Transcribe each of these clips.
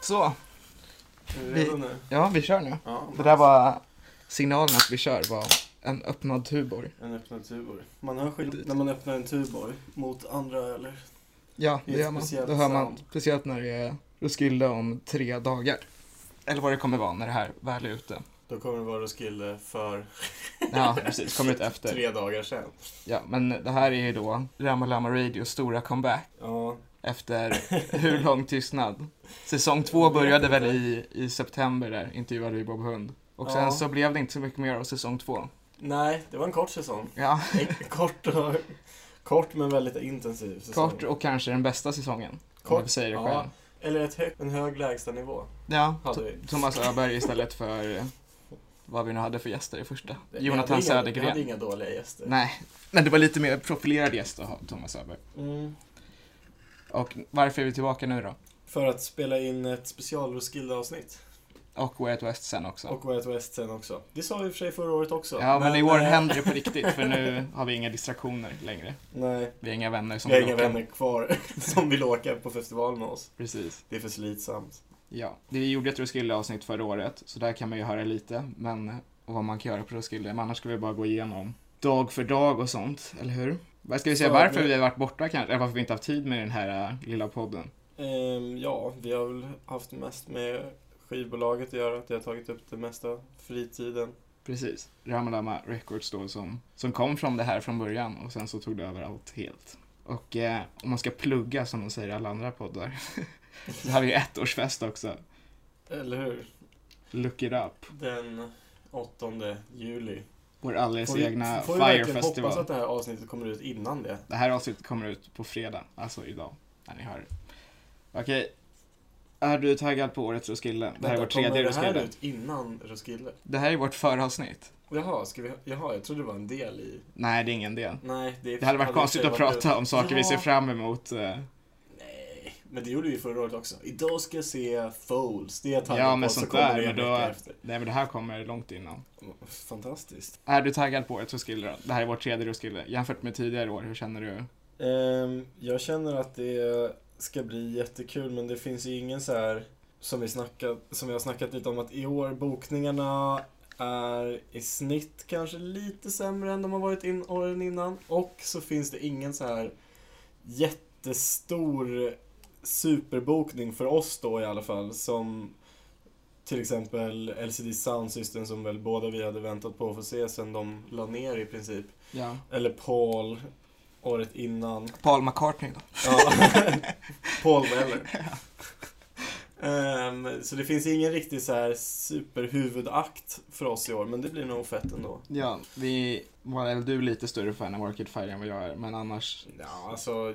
Så, Är du Vi- redo nu? ja vi kör nu. Ja, Det där var signalen att vi kör var en öppnad Tuborg. en öppnad Tuborg. Man hör skillnad när man öppnar en Tuborg mot andra öler. Ja, det Det är ett gör man. speciellt Då hör man sound. speciellt när det är Roskilde om tre dagar. Eller vad det kommer vara när det här väl är ute. Då kommer det vara Roskilde för Ja, precis. Kommer ut efter. tre dagar sedan. Ja, men det här är ju då Rama Lama Radios stora comeback Ja, efter hur lång tystnad. Säsong två började väl i, i september där, intervjuade vi Bob Hund. Och sen Ja. så blev det inte så mycket mer av säsong två. nej, det var en kort säsong. Ja, En kort, och, kort men väldigt intensiv säsong. kort och kanske den bästa säsongen. Om Kort, du säger det ja. själv. Eller ett hög, en hög lägstanivå Ja, hade vi. Thomas Öberg istället för eh, vad vi nu hade för gäster i första. Vi hade Jonathan inga- Vi Södergren. hade inga dåliga gäster. Nej, men det var lite mer profilerad gäst att ha Thomas Öberg. Mm. Och varför är vi tillbaka nu då? För att spela in ett special Roskilde-avsnitt. Och Way Out West sen också. Och Way Out West sen också. Det sa vi i och för sig förra året också. ja, men, i år eh, händer det på riktigt för nu har vi inga distraktioner längre. Nej. Vi har inga vänner som Vi har vill inga åka. vänner kvar som vill åka på festival med oss. Precis. Det är för slitsamt. Ja, vi gjorde ett Roskilde-avsnitt förra året, så där kan man ju höra lite, men och vad man kan göra på Roskilde. Men annars ska vi bara gå igenom dag för dag och sånt, eller hur? Vad Ska vi säga Ja, varför vi- vi har varit borta kanske, eller varför vi inte haft tid med den här eh, lilla podden? Ehm, ja, vi har väl haft mest med skivbolaget att göra. Det har tagit upp det mesta av fritiden. Precis. Ramalama Records då som, som kom från det här från början och sen så tog det över allt helt. Och eh, om man ska plugga som de säger i alla andra poddar. så har vi ju ettårsfest också. Eller hur? Look it up. Den 8 juli. Vår alldeles Får vi- egna får vi verkligen Fire Festival. hoppas att det här avsnittet kommer ut innan det. Det här avsnittet kommer ut på fredag, alltså idag, när ni hör det. Okej. Är du taggad på årets Roskilde? Det här är vårt tredje kommer det här Roskilde. ut innan Roskilde? Det här är vårt föravsnitt. Jaha, ska vi, jaha, jag trodde det var en del i... Nej, det är ingen del. Nej, det, Det hade varit konstigt att prata om saker vi ser Ja. fram emot. eh, Nej, men det gjorde vi förra året också. Idag ska jag se Foles. Det är jag taggad Ja, men på, så sånt kommer där, det en men då- vecka efter. Nej men det här kommer långt innan. Fantastiskt. Är du taggad på årets Roskilde då? Det här är vårt tredje Roskilde. Jämfört med tidigare år, hur känner du? Ehm, jag känner att det ska bli jättekul, men det finns ju ingen så här som vi, snackat, som vi har snackat lite om att i år bokningarna är i snitt kanske lite sämre än de har varit in åren innan. Och så finns det ingen så här jättestor superbokning för oss då i alla fall som till exempel LCD Sound System som väl båda vi hade väntat på att få se sen de la ner i princip. Ja. Eller Paul året innan. Paul McCartney då? Ja. Paul Weller. Ehm, så det finns ingen riktig så här superhuvudakt för oss i år, men det blir nog fett ändå. Ja, vi var väl du lite större fan av Arcade Fire än vad jag är, men annars... Ja, alltså...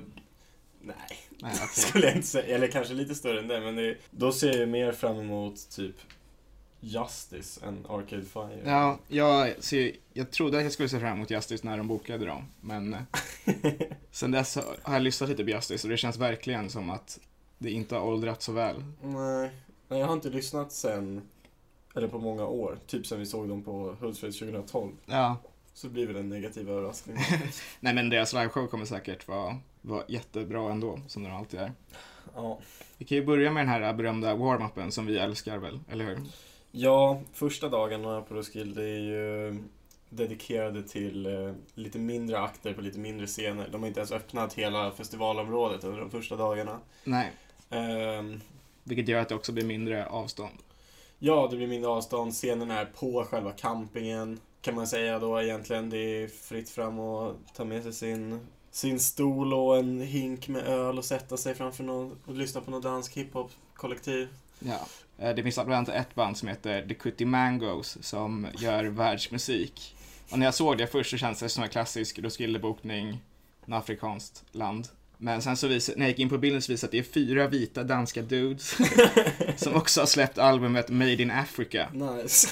Nej, Nej, okej. skulle jag inte säga. Eller kanske lite större än det, men det, då ser jag ju mer fram emot typ Justice än Arcade Fire. Ja, jag, ser, jag trodde att jag skulle se fram emot Justice när de bokade dem, men eh, sen dess har jag lyssnat lite på Justice och det känns verkligen som att det inte har åldrats så väl. Nej. Nej, jag har inte lyssnat sen, eller på många år, typ sen vi såg dem på Hultsfred 2012. Ja, Så det blir väl en negativ överraskning. nej men deras liveshow kommer säkert vara, vara jättebra ändå, som de alltid är. ja. Vi kan ju börja med den här berömda warm-upen som vi älskar väl, eller hur? ja, första dagarna på Roskilde är ju dedikerade till eh, lite mindre akter på lite mindre scener. De har inte ens öppnat hela festivalområdet under de första dagarna. Nej, Ehm, vilket gör att det också blir mindre avstånd. ja, det blir mindre avstånd. Scenerna är på själva campingen kan man säga då egentligen. Det är fritt fram att ta med sig sin, sin stol och en hink med öl och sätta sig framför någon och lyssna på någon dansk hiphop-kollektiv. Ja. Eh, Det finns bland annat ett band som heter The Cutty Mangos som gör världsmusik. Och när jag såg det först så kändes det som en klassisk Roskildebokning, något afrikanskt land. Men sen så visade, när jag gick in på bilden så visade det att det är fyra vita danska dudes som också har släppt albumet Made in Africa. Nice.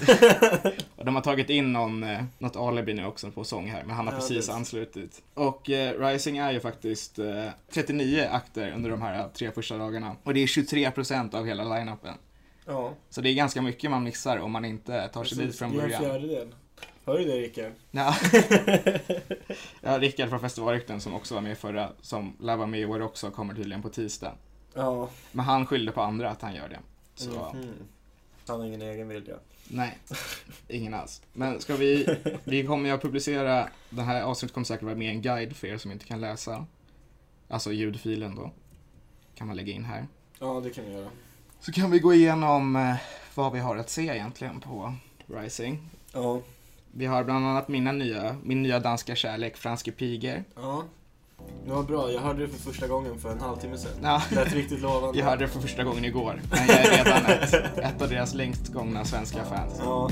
Och de har tagit in någon, eh, något alibi nu också på sång här, men han har Ja, precis precis. anslutit. Och eh, Rising är ju faktiskt eh, 39 akter under de här eh, tre första dagarna. Och det är 23% av hela line-upen. ja. Så det är ganska mycket man missar om man inte tar sig Precis, dit från det är en början. fjärdedel. Hör du det Rickard? Ja. ja, Rickard från Festivalrykten som också var med i förra, som lär vara med i år också, kommer tydligen på tisdag. ja. Men han skyllde på andra att han gör det. Så Mhm. Han har ingen egen vilja. nej, ingen alls. Men ska vi, vi kommer ju att publicera, det här avsnittet kommer säkert vara mer en guide för er som inte kan läsa. Alltså ljudfilen då. Kan man lägga in här. Ja, det kan vi göra. Så kan vi gå igenom eh, vad vi har att se egentligen på Rising. Ja. Vi har bland annat mina nya, min nya danska kärlek, Franske Piger. Ja. Det var bra, jag hörde det för första gången för en halvtimme sedan. Ja. Lät riktigt lovande. Jag hörde det för första gången igår, men jag är redan ett, ett av deras längst gångna svenska fans. Ja.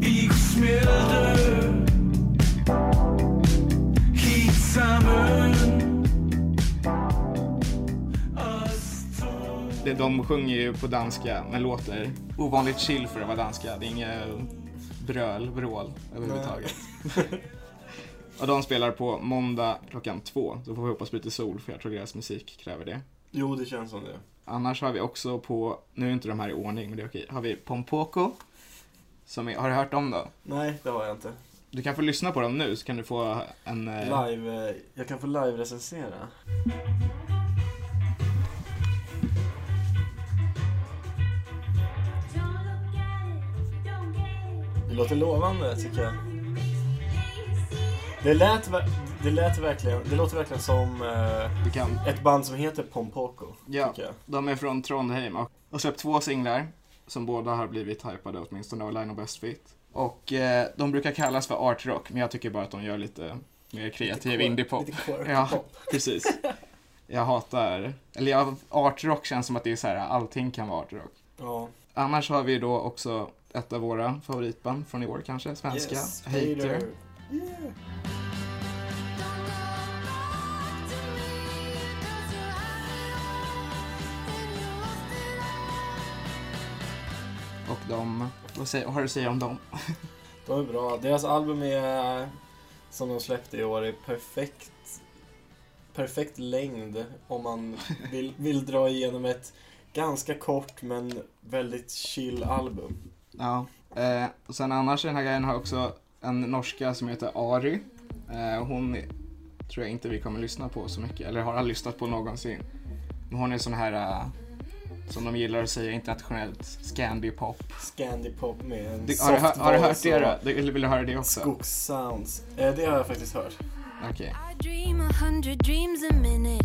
Ich smelte hit sammen Os to Det- De sjunger ju på danska, men låter ovanligt chill för att vara danska. Det är inget bröl, vrål överhuvudtaget. Och de spelar på måndag klockan två. Då får vi hoppas på lite sol, för jag tror deras musik kräver det. Jo, det känns som det. Annars har vi också på, nu är inte de här i ordning, men det är okej, har vi Pompoko. Som är, har du hört om då? Nej, det har jag inte. Du kan få lyssna på dem nu så kan du få en... eh, Live, eh, jag kan få live-recensera. Det låter lovande, tycker jag. Det lät, ver- det lät verkligen, det låter verkligen som eh, Du kan, ett band som heter Pompoko, ja, tycker jag. de är från Trondheim och har släppt två singlar som båda har blivit hypade åtminstone av Line of Best Fit. Och eh, de brukar kallas för art rock, men jag tycker bara att de gör lite mer kreativ indiepop. Lite quirky Ja. pop. Precis. Jag hatar, eller jag, art rock känns som att det är så här, allting kan vara art rock. Ja. Annars har vi då också ett av våra favoritband från i år kanske, svenska, Yes, Hater. Hater. Yeah. Och de, vad, säger, vad har du att säga om dem? De är bra. Deras album är, som de släppte i år är perfekt, perfekt längd om man vill, vill dra igenom ett ganska kort men väldigt chill album. Ja. Eh, och sen annars i den här grejen har jag också en norska som heter Ari. Eh, hon tror jag inte vi kommer lyssna på så mycket, eller har aldrig lyssnat på någonsin. Men hon är sån här, eh, som de gillar att säga internationellt, Scandi-pop. Scandipop med en Det- soft Har, du hör- har du hört voice det och då? Eller vill du höra det också? Skogssounds. Eh, det har jag faktiskt hört. Okej. I dream a hundred dreams a minute.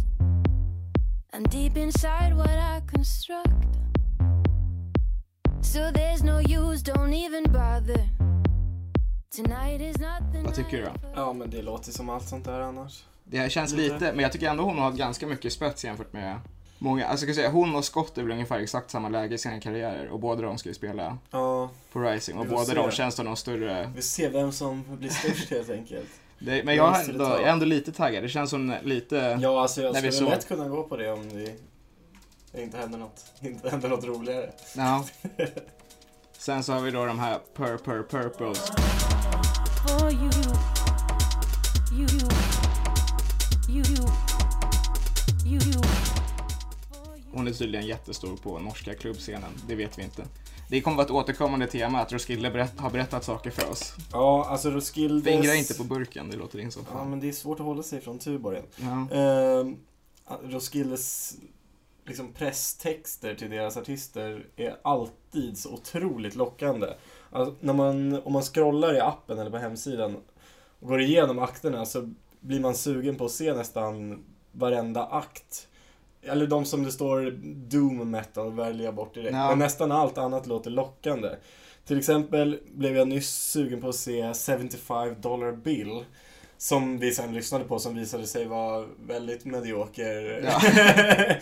I'm deep inside what I construct. So there's no use, don't even bother. Tonight is not the Vad tycker du då? night for- Ja, men det låter som allt sånt där annars. Det känns Lite. lite. men jag tycker ändå hon har ganska mycket spets jämfört med många. Alltså jag ska säga, hon och Scott är väl ungefär exakt samma läge i sina karriärer och båda de ska ju spela Ja, på Rising och Vi får båda se. de känns som de större. vi ser vem som blir störst helt enkelt. Det, men jag, Minns är du det ändå, tar? jag är ändå lite taggad, det känns som lite... Ja, alltså jag När vi skulle såg- lätt kunna gå på det om det inte händer något, inte händer något roligare. Ja. Sen så har vi då de här Pur Pur Purples. for you. You, you, you, you. For you. Hon är tydligen jättestor på norska klubbscenen, det vet vi inte. Det kommer vara ett återkommande tema att Roskilde berätt, har berättat saker för oss. Ja, alltså Roskildes... Fingra inte på burken, det låter din som Ja, fan. men det är svårt att hålla sig från Tuborgen. Ja. Ehm, Roskildes liksom presstexter till deras artister är alltid så otroligt lockande. Alltså, när man, om man scrollar i appen eller på hemsidan och går igenom akterna så blir man sugen på att se nästan varenda akt. Eller de som det står doom metal väljer jag bort direkt. Ja. Men nästan allt annat låter lockande. Till exempel blev jag nyss sugen på att se 75 dollar bill. Som vi sen lyssnade på som visade sig vara väldigt medioker. Ja.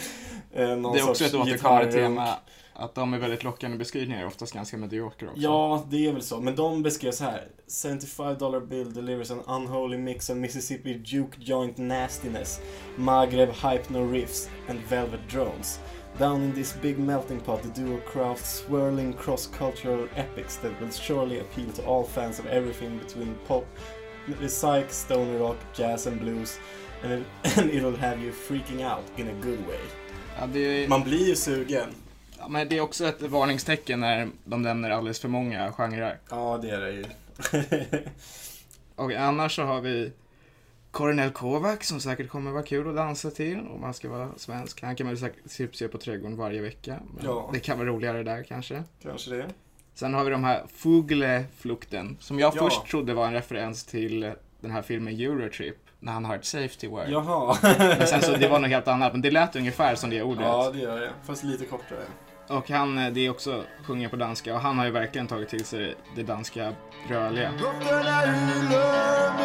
Eh, Någon Det är också sorts ett återkommande gitarr- tema att de är väldigt lockande beskrivningar, oftast ganska mediokra också. Ja, det är väl så. Men de beskrev så här. 75 dollar bill delivers an unholy mix of Mississippi Duke joint nastiness, Maghreb hypno-riffs and velvet drones. Down in this big melting pot the duo crafts swirling cross-cultural epics that will surely appeal to all fans of everything between pop, psych, stoner rock, jazz and blues. And, it, and it'll have you freaking out in a good way. Ja, det, Man blir ju sugen. ja, men det är också ett varningstecken när de nämner alldeles för många genrer. Ja, det är det ju. Och annars så har vi Coronel Kovac som säkert kommer vara kul att dansa till om man ska vara svensk. Han kan man ju säkert typ se på Trädgården varje vecka. Men Ja. Det kan vara roligare där kanske. Kanske det. Sen har vi de här Fugleflukten som jag Ja. först trodde var en referens till den här filmen Eurotrip när han har ett safety word. Jaha. Men sen så det var något helt annat, men det lät ungefär som det ordet. Ja, det gör jag. Fast lite kortare. Och han, eh, det är också sjunger på danska och han har ju verkligen tagit till sig det danska rörliga. Lukterna hyller minner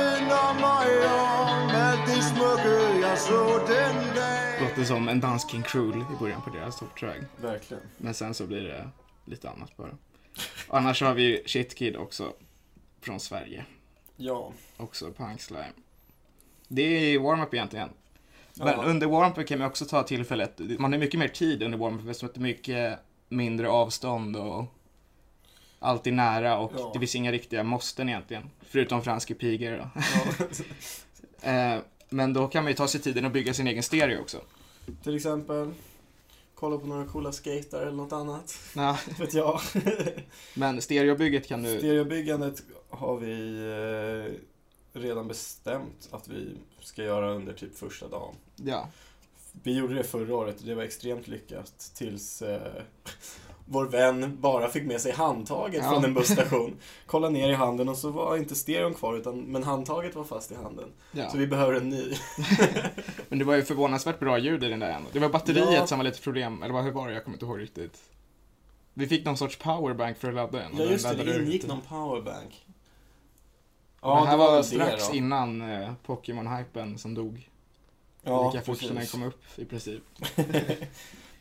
mig om allt det smycke jag såg den dagen. Låter som en dansk King Cruel i början på deras topptrög. Verkligen. Men sen så blir det lite annat bara. Och annars har vi ju Shit Kid också från Sverige. Ja. Också Punk Slime. Det är warm-up egentligen. Men Ja. under warm-up kan man också ta tillfället, man har mycket mer tid under warm-up eftersom att det är mycket mindre avstånd och allt är nära och Ja. det finns inga riktiga måsten egentligen. Förutom franska pigor då. ja. Eh, Men då kan man ju ta sig tiden att bygga sin egen stereo också. Till exempel. Kolla på några coola skater eller något annat. Ja. Vet jag. Men stereobygget kan du... Stereobyggandet har vi eh, redan bestämt att vi ska göra under typ första dagen. Ja. Vi gjorde det förra året och det var extremt lyckat tills eh, vår vän bara fick med sig handtaget Ja. från en busstation. Kolla ner i handen och så var inte stereon kvar utan, men handtaget var fast i handen. ja. Så vi behöver en ny. Men det var ju förvånansvärt bra ljud i den där ändå. Det var batteriet Ja. som var lite problem, eller vad- hur var det? Jag kommer inte ihåg riktigt. Vi fick någon sorts powerbank för att ladda den. och Ja den just det, laddade det ut. ingick någon powerbank. Ja, det här var, väl strax då. innan eh, Pokémon-hypen som dog. Ja, Lika fort som den precis. kom upp i princip.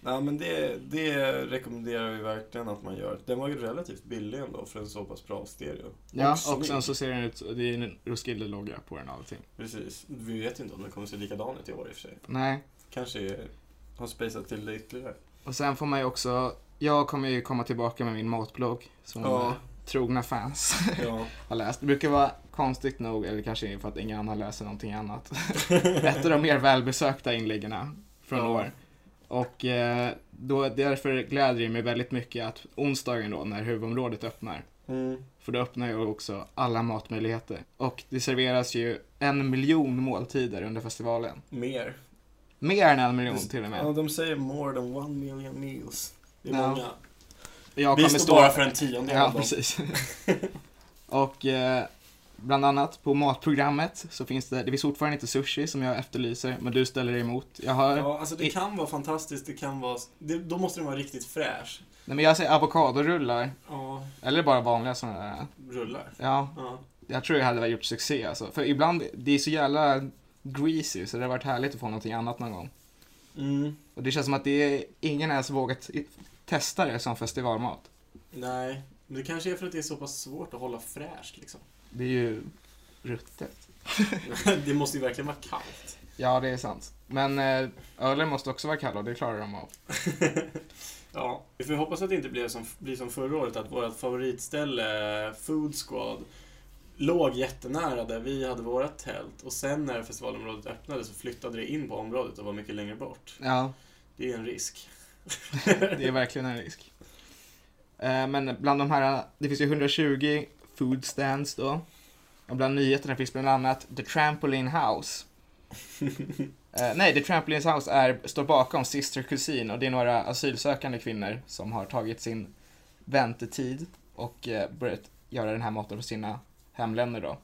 Nej men det, det rekommenderar vi verkligen att man gör. Den var ju relativt billig ändå för en så pass bra stereo. Ja, och snygg. sen så ser den ut, det är en Roskilde-logga på den och allting. Precis. Vi vet inte om den kommer se likadan ut i år i och för sig. Nej, Kanske är- har spejsat till det ytterligare. och sen får man ju också, jag kommer ju komma tillbaka med min matblogg som Ja. eh, trogna fans Ja. har läst. Det brukar vara konstigt nog, eller kanske för att ingen annan läser någonting annat. ett av de mer välbesökta inläggen från Ja. år. Och eh, då, därför gläder det mig väldigt mycket att onsdagen då, när huvudområdet öppnar, Mm. för då öppnar ju också alla matmöjligheter. Och det serveras ju en miljon måltider under festivalen. Mer. Mer än en miljon till och Ja, med. de säger more than one million meals. Det är Ja. många. Jag Vi kommer står stå- bara för en tiondel Ja, av dem. precis. och eh, bland annat på matprogrammet så finns det, det finns fortfarande inte sushi som jag efterlyser, men du ställer dig emot. Jag hör, Ja, alltså det I- kan vara fantastiskt, det kan vara... Det, då måste den vara riktigt fräsch. nej men jag säger avokadorullar, Ja, eller bara vanliga sådana där. rullar. Ja, Ja. jag tror jag hade gjort succé alltså. För ibland, det är så jävla greasy så det har varit härligt att få någonting annat någon gång. Mm. Och det känns som att det är ingen ens vågat i- testa det som festivalmat. Nej, men det kanske är för att det är så pass svårt att hålla fräscht liksom. Det är ju ruttet. det måste ju verkligen vara kallt. Ja, det är sant. Men eh, ölen måste också vara kall och det klarar de av. Ja, vi får hoppas att det inte blir som, blir som förra året, att vårt favoritställe Food Squad låg jättenära där vi hade vårt tält och sen när festivalområdet öppnade så flyttade det in på området och var mycket längre bort. Ja, Det är en risk. det är verkligen en risk. Eh, men bland de här, det finns ju 120 food stands då. Och bland nyheterna finns bland annat The Trampoline House. Eh, nej, The Trampolines House är, står bakom Sister Kusin och det är några asylsökande kvinnor som har tagit sin väntetid och eh, börjat göra den här maten för sina hemländer då.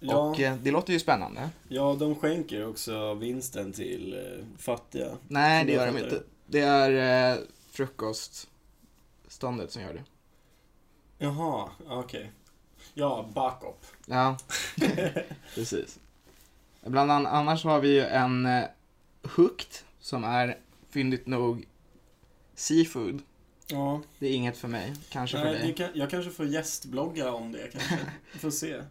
Ja, Och eh, det låter ju spännande. ja, de skänker också vinsten till eh, fattiga. Nej, det Jag gör de fattar inte. Det är eh, frukostståndet som gör det. Jaha, okej. Ja, backup. Ja, precis. Bland annat annars har vi ju en eh, hooked som är fyndigt nog seafood. Ja, Det är inget för mig, kanske för nej, dig. det kan, jag kanske får gästblogga om det kanske. Vi får se.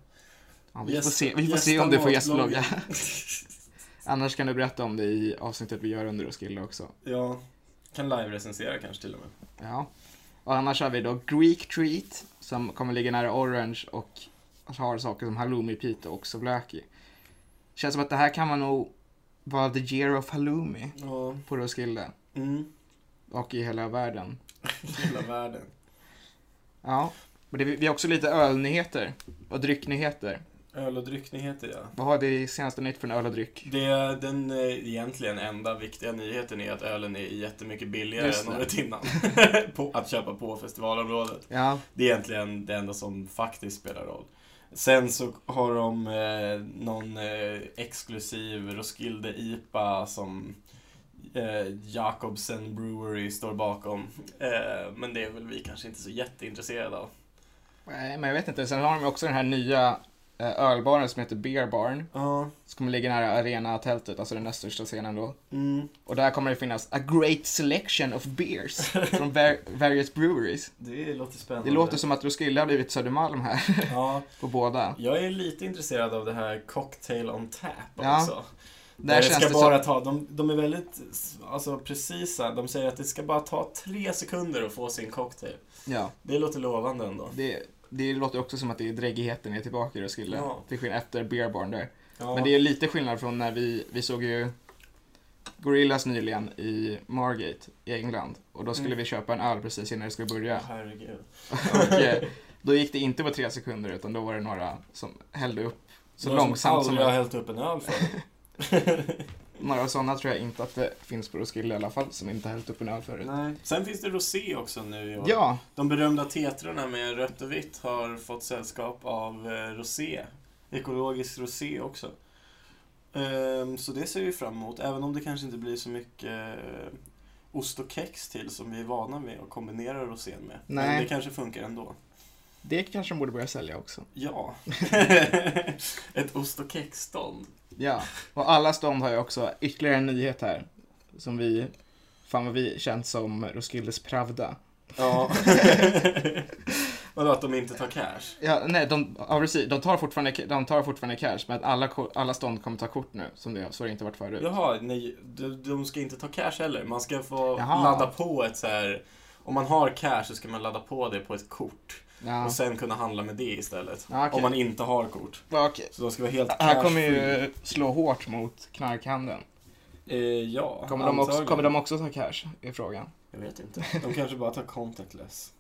Ja, vi får Gäst- se, vi får gästa se om du får matbloggen. gästblogga. Annars kan du berätta om det i avsnittet vi gör under Roskilde också. Ja, kan live-recensera kanske till och med. Ja. Och annars har vi då Greek Treat som kommer ligga nära Orange och har saker som halloumi pita och souvlaki. Känns som att det här kan man nog vara the year of halloumi Ja, på Roskilde mm. och i hela världen. hela världen. Ja, och det, vi har också lite ölnyheter och drycknyheter. Öl och drycknyheter ja. Vad har vi senaste nytt från öl och dryck? Det, den eh, egentligen enda viktiga nyheten är att ölen är jättemycket billigare Just än det. året innan. på, att köpa på festivalområdet. Ja, Det är egentligen det enda som faktiskt spelar roll. Sen så har de eh, någon eh, exklusiv Roskilde IPA som eh, Jacobsen Brewery står bakom. Eh, men det är väl vi kanske inte så jätteintresserade av. nej, men jag vet inte. Sen har de också den här nya eh, ölbaren som heter Beer Barn. Ja. Som kommer ligga nära arenatältet, alltså den näst största scenen då. Mm. Och där kommer det finnas a great selection of beers från var- various breweries. Det låter spännande. Det låter som att Roskilde har blivit Södermalm här, Ja, på båda. jag är lite intresserad av det här Cocktail on Tap Ja. också. Där det känns ska det som- bara ta, de, de är väldigt alltså, precisa. De säger att det ska bara ta tre sekunder att få sin cocktail. Ja, Det låter lovande ändå. det, det låter också som att det är dräggigheten är tillbaka i Roskilde. Ja. Till skillnad efter Beer Barn där. Ja. Men det är lite skillnad från när vi, vi såg ju Gorillas nyligen i Margate i England. Och då skulle Mm. vi köpa en öl precis innan det skulle börja. Herregud. Och eh, då gick det inte på tre sekunder utan då var det några som hällde upp så Några långsamt som aldrig har hällt upp en öl för. Några sådana tror jag inte att det finns på Roskilde i alla fall som inte hällt upp en öl förut. Nej. Sen finns det rosé också nu i år. Ja, De berömda tetrarna med rött och vitt har fått sällskap av eh, rosé. Ekologisk rosé också. Ehm, Så det ser vi fram emot, även om det kanske inte blir så mycket eh, ost och kex till som vi är vana med att kombinera rosén med. Men Nej. det kanske funkar ändå. det kanske de borde börja sälja också. Ja. Ett ost och kexstånd. Ja, och alla stånd har ju också ytterligare en nyhet här. Som vi, fan vad vi känns som Roskildes Pravda. Ja. Vadå, att de inte tar cash? Ja, nej, de, ja, precis, de, tar fortfarande, de tar fortfarande cash, men att alla, ko- alla stånd kommer ta kort nu, som det, så har det inte varit förut. Jaha, nej, de, de ska inte ta cash heller. Man ska få Jaha. ladda på ett så här... Om man har cash så ska man ladda på det på ett kort Ja, och sen kunna handla med det istället. Ja, okej. Om man inte har kort. ja, okej. Så de ska vara helt Det här cash kommer free. ju slå hårt mot knarkhandeln. Eh, ja, Kommer de, också, antagligen. kommer de också ta cash, är frågan. Jag vet inte. De kanske bara tar contactless.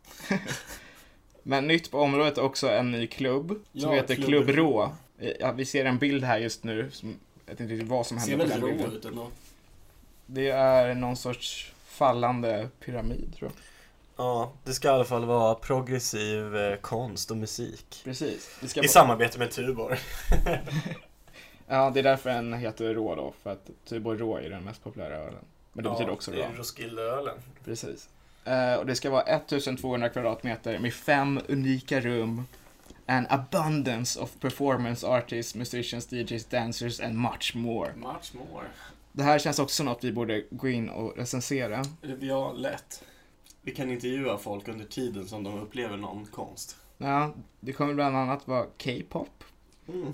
Men nytt på området är också en ny klubb, som Ja, heter Klubb Klubb Rå. Ja, vi ser en bild här just nu, som, jag vet inte riktigt vad som Ser händer på väldigt den rå bilden. ut ändå. Det är någon sorts fallande pyramid tror jag. Ja, det ska i alla fall vara progressiv eh, konst och musik. Precis. Det ska vara- samarbete med Tubor. Ja, det är därför den heter Rå då, för att Tuborg Rå är den mest populära ölen. Men det betyder också Rå. Roskildeölen. Precis. Eh, och det ska vara 1200 kvadratmeter med fem unika rum. An abundance of performance artists, musicians, DJs, dancers and much more. Much more. Det här känns också som något vi borde gå in och recensera. Ja, lätt. Vi kan intervjua folk under tiden som de upplever någon konst. Ja, det kommer bland annat vara K-pop. Mm.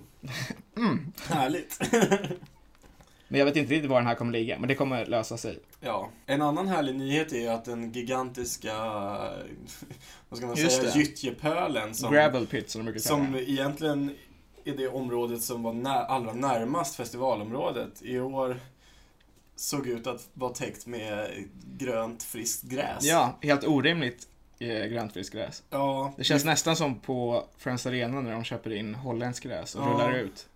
Mm. Härligt. Men jag vet inte riktigt var den här kommer ligga, men det kommer lösa sig. ja. En annan härlig nyhet är ju att den gigantiska, vad ska man Just säga, det. gyttjepölen som, Gravel pit som de brukar säga. som egentligen är det området som var när, allra närmast festivalområdet i år såg ut att vara täckt med grönt friskt gräs. Ja, helt orimligt eh, grönt friskgräs. ja Det känns nästan som på Friends Arena när de köper in holländskt gräs och Ja. rullar ut.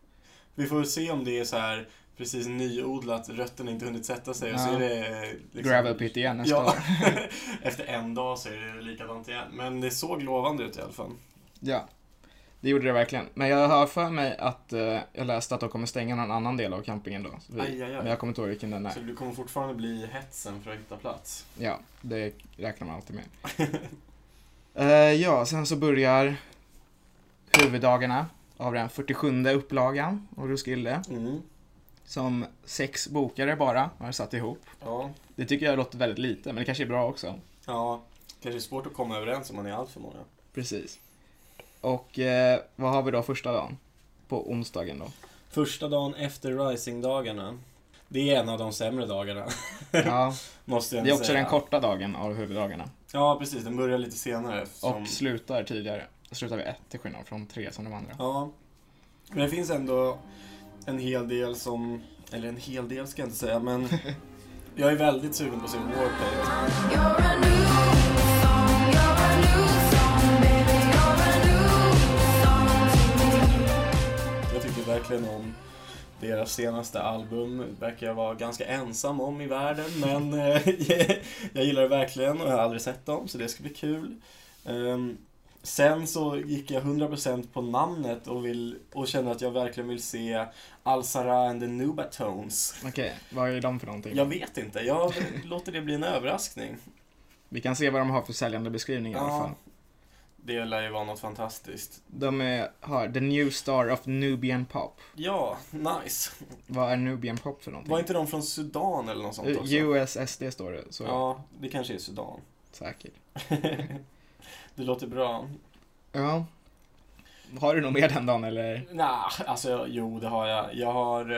Vi får väl se om det är så här precis nyodlat, rötterna inte hunnit sätta sig och så Ja. är det... liksom- Gravel pit igen nästa Ja, år. efter en dag så är det likadant igen. Men det såg lovande ut i alla fall. Ja, det gjorde det verkligen. Men jag har för mig att eh, jag läste att de kommer stänga någon annan del av campingen då. Så vi, Aj, aj, aj. Men jag kommer inte ihåg vilken den är. Så du kommer fortfarande bli i hetsen för att hitta plats. Ja, det räknar man alltid med. Eh, ja, sen så börjar huvuddagarna av den 47 upplagan av Roskilde. Mm. Som sex bokare bara har satt ihop. Ja. Det tycker jag låter väldigt lite, men det kanske är bra också. ja, kanske är svårt att komma överens om man är allt för många. Precis. Och eh, vad har vi då första dagen? På onsdagen då? Första dagen efter Rising-dagarna. Det är en av de sämre dagarna, Ja, måste jag det är ändå också säga. den korta dagen av huvuddagarna. Ja, precis. Den börjar lite senare. eftersom- Och slutar tidigare. Slutar vid ett till skillnad från tre som de andra. Ja. Men det finns ändå en hel del som... Eller en hel del ska jag inte säga, men... jag är väldigt sugen på att se Warpay. You're a new song, you're a new song, baby, you're a new song to me. verkligen om deras senaste album. Verkar jag vara ganska ensam om i världen men eh, jag gillar det verkligen och jag har aldrig sett dem så det ska bli kul. Ehm, Sen så gick jag 100% på namnet och, vill, och kände att jag verkligen vill se Al-Sara and the Nubatones. Okej, vad är de för någonting? Jag vet inte, jag låter det bli en överraskning. Vi kan se vad de har för säljande beskrivning i alla fall. Det lär ju vara något fantastiskt. De är, har The New Star of Nubian Pop. Ja, nice. Vad är Nubian Pop för Var någonting? inte de från Sudan eller något sånt Eh, också? USSD står det, så Ja, det kanske är Sudan. säkert. det låter bra. Ja. Har du något mer den dagen eller? Nah, alltså jo, det har jag. Jag har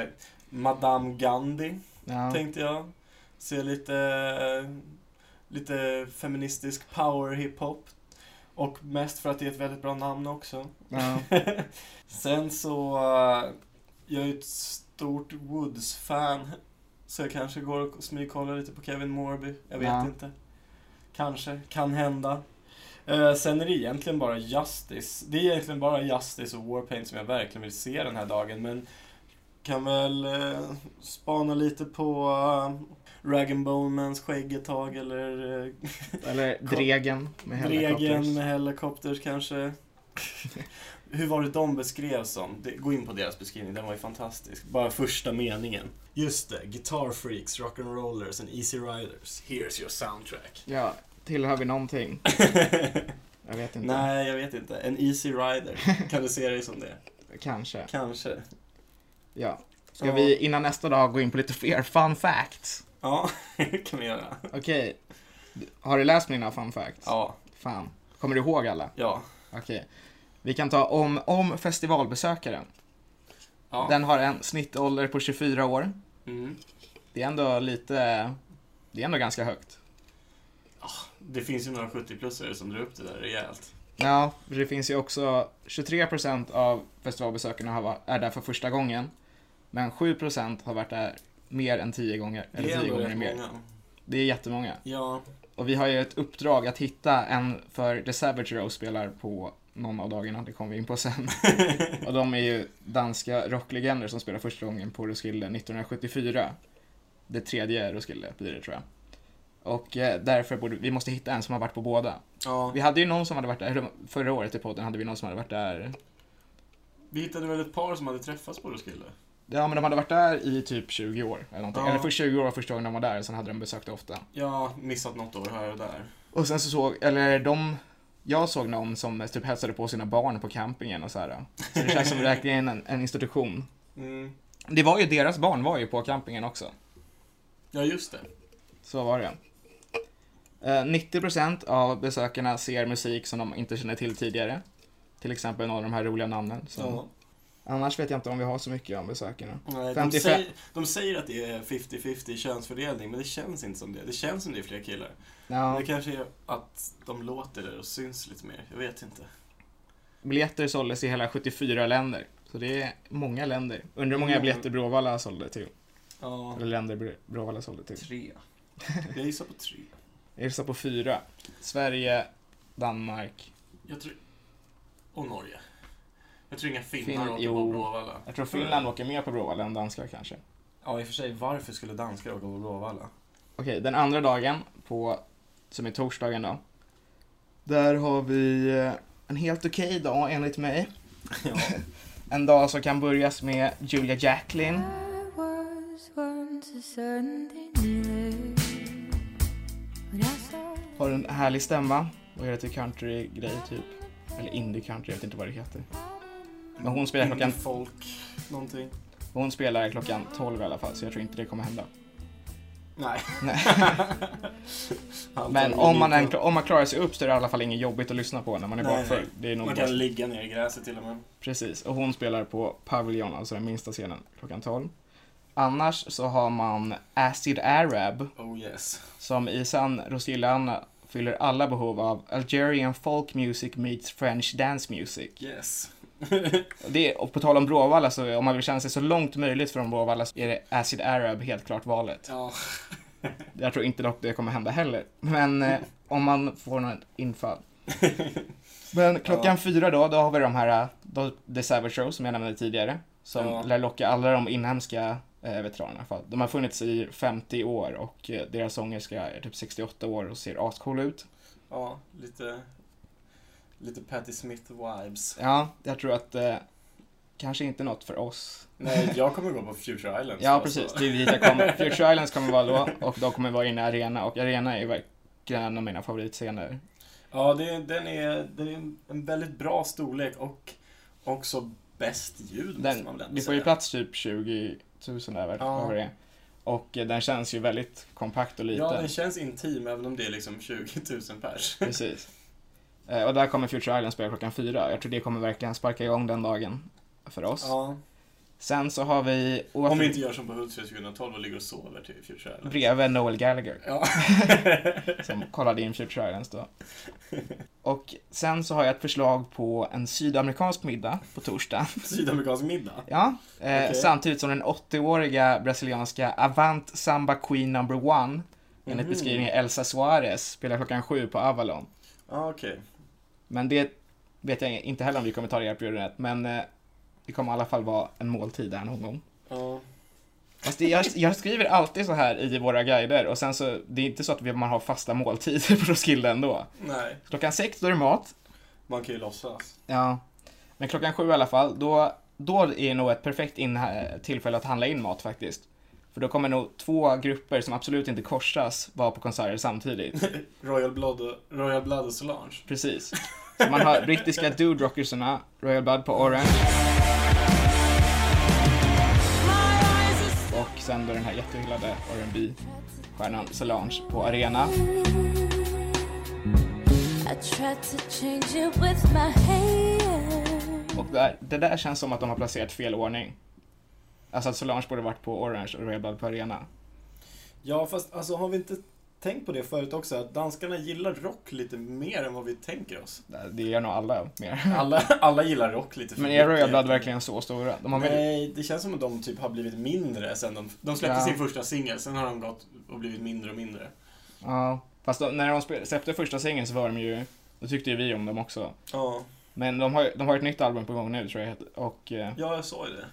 eh, Madame Gandhi. Ja. tänkte jag. Se lite, eh, lite feministisk power hiphop. Och mest för att det är ett väldigt bra namn också. ja. Sen så, eh, jag är ju ett stort Woods-fan. Så jag kanske går och smygkollar lite på Kevin Morby. Jag vet Ja. inte. Kanske, kan hända. Eh, sen är det egentligen bara Justice. Det är egentligen bara Justice och Warpaint som jag verkligen vill se den här dagen. Men kan väl eh, spana lite på eh, Rag Bone Mans skägg ett tag eller eh, Eller Ko- Dregen med Dregen Helicopters. med helikopters kanske. Hur var det de beskrevs som? Det- Gå in på deras beskrivning, den var ju fantastisk. Bara första meningen. Just det, Guitar Freaks, Rock'n'Rollers and Easy Riders. Here's your soundtrack. Ja, tillhör vi någonting? Jag vet inte. Nej, jag vet inte. En Easy Rider. Kan du se dig som det? Kanske. Kanske. Ja. Ska Ja. vi innan nästa dag gå in på lite fler fun facts? Ja, kan vi göra. Okej. Har du läst mina fun facts? Ja, Fan. Kommer du ihåg alla? ja. Okej. Vi kan ta om, om festivalbesökaren. ja. Den har en snittålder på 24 år. Mm. Det är ändå lite... Det är ändå ganska högt. Det finns ju några 70-plussare som drar upp det där rejält. Ja, det finns ju också 23% av festivalbesökarna har va- är där för första gången. Men 7% har varit där mer än 10 gånger. Eller 10 gånger mer. många. Det är jättemånga. Ja, Och vi har ju ett uppdrag att hitta en för The Savage Row spelar på någon av dagarna, det kommer vi in på sen. och de är ju danska rocklegender som spelar första gången på Roskilde 1974. Det tredje Roskilde blir det tror jag. Och eh, därför borde, vi måste hitta en som har varit på båda. ja. Vi hade ju någon som hade varit där, förra året i podden hade vi någon som hade varit där, Vi hittade väl ett par som hade träffats på Roskilde? ja men de hade varit där i typ 20 år eller någonting. Ja. Eller för 20 år var första gången de var där, sen hade de besökt det ofta. Ja, missat något år här och där. Och sen så såg, eller de, jag såg någon som typ hälsade på sina barn på campingen och så här. Så det känns som verkligen en, en institution. Mm. Det var ju, deras barn var ju på campingen också. Ja, just det. Så var det. Eh, 90% av besökarna ser musik som de inte känner till tidigare. Till exempel några av de här roliga namnen. Så. Ja. Annars vet jag inte om vi har så mycket om besökarna. Mm. Nej, de, 55. säger, de säger att det är 50-50 könsfördelning, men det känns inte som det. Det känns som det är fler killar. Men Ja, det kanske är att de låter det och syns lite mer. Jag vet inte. biljetter såldes i hela 74 länder. Så det är många länder. Undrar hur många Mm. biljetter Bråvalla sålde till. Ja, Eller länder Br- Bråvalla sålde till. tre. Jag gissar på tre. Jag gissar på fyra. Sverige, Danmark. Jag tror... Och Norge. Jag tror inga finnar Fin- åker jo. på Bråvalla. Jag tror Finland åker mer på Bråvalla än danskar kanske. Ja, i och för sig, varför skulle danskar åka på Bråvalla? Okej, den andra dagen, på, som är torsdagen då. Där har vi eh, en helt okej dag enligt mig. Ja. En dag som kan börjas med Julia Jacklin. There was once a Sunday night when I saw Har en härlig stämma. Och gör lite country-grej typ. Eller indie-country, jag vet inte vad det heter. Men hon spelar klockan- folk, någonting. Hon spelar klockan 12 i alla fall, så jag tror inte det kommer hända. Nej. Nej. Allt Men Alltså, är om man, lite- är, om man klarar sig upp så är det i alla fall inget jobbigt att lyssna på när man är Nej, bakfull. nej. Det är nog Man bara- kan ligga ner i gräset till och med. Precis, och hon spelar på Pavilion, alltså den minsta scenen, klockan 12. Annars så har man Acid Arab, Oh yes. som i sann Rosilliana fyller alla behov av Algerian folk music meets French dance music. Yes. Och Det, och på tal om Bråvalla, så om man vill känna sig så långt möjligt från Bråvalla så är det Acid Arab helt klart valet. ja. Jag tror inte dock det kommer hända heller, men eh, om man får något infall. Men klockan Ja. fyra då, då har vi de här, eh, då, The Savage Show som jag nämnde tidigare. Som Ja. lär locka alla de inhemska eh, veteranerna. För att de har funnits i 50 år och eh, deras sångerska är typ 68 år och ser ascool ut. Ja, lite... Lite Patti Smith-vibes. Ja, jag tror att eh, kanske inte något för oss. Nej, jag kommer gå på Future alltså. Islands. Ja, då, precis. så- Det är dit jag kommer. Future Islands kommer vara då och de kommer vara inne i arena och arena är verkligen en av mina favoritscener. Ja, det, är- den, är, den är en- en väldigt bra storlek och också bäst ljud, måste man Den, väl ändå det får ju säga. plats typ 20 000 där, väl, Ja. vad det är. Och eh, den känns ju väldigt kompakt och liten. Ja, den känns intim även om det är liksom 20 000 pers. Precis. Eh, Och där kommer Future Island spela klockan fyra. Jag tror det kommer verkligen sparka igång den dagen för oss. Ja. Sen så har vi Om vi åter inte gör som på Hultsfred 2012 och ligger och sover till Future Islands. bredvid Noel Gallagher Ja. som kollade in Future Islands då. Och sen så har jag ett förslag på en sydamerikansk middag på torsdag. Sydamerikansk middag. Ja, eh, Okej. samtidigt som den 80-åriga brasilianska Avant Samba Queen Number One enligt Mhm. beskrivningen Elsa Suarez spelar klockan sju på Avalon. Ja, okej. Men det vet jag inte heller om vi kommer ta det här på jorden rätt, men eh, det kommer i alla fall vara en måltid där någon gång. Ja. Fast det, jag, jag skriver alltid så här i våra guider och sen så, det är inte så att vi- man har fasta måltider på Roskilde ändå. Nej, Klockan sex då är det mat. man kan ju låtsas. Ja. Men klockan sju i alla fall, då, då är nog ett perfekt in, tillfälle att handla in mat faktiskt. För då kommer nog två grupper som absolut inte korsas vara på konserter samtidigt. Royal Blood och, Royal Blood och Solange. Precis. Så man har brittiska Dude Rockerserna, Royal Blood på Orange. Och sen då den här jättehyllade rb stjärnan Solange på Arena. I tried to change it with my hair. Och där, det där känns som att de har placerat fel ordning. Alltså att Solange borde varit på Orange och Royal Blood på Arena. Ja, fast alltså har vi inte tänkt på det förut också? Att danskarna gillar rock lite mer än vad vi tänker oss. Det gör nog alla mer. Alla, alla gillar rock lite för Mm. Men är mycket. Royal Blood verkligen så stora? De har väl... Nej, det känns som att de typ har blivit mindre sen de, de släppte Ja. sin första singel, sen har de gått och blivit mindre och mindre. Ja. Fast de, när de spel- släppte första singeln så var de ju... Då tyckte ju vi om dem också. Ja, Men de har, ju- de har ett nytt album på gång nu tror jag. Och eh, ja jag sa ju det.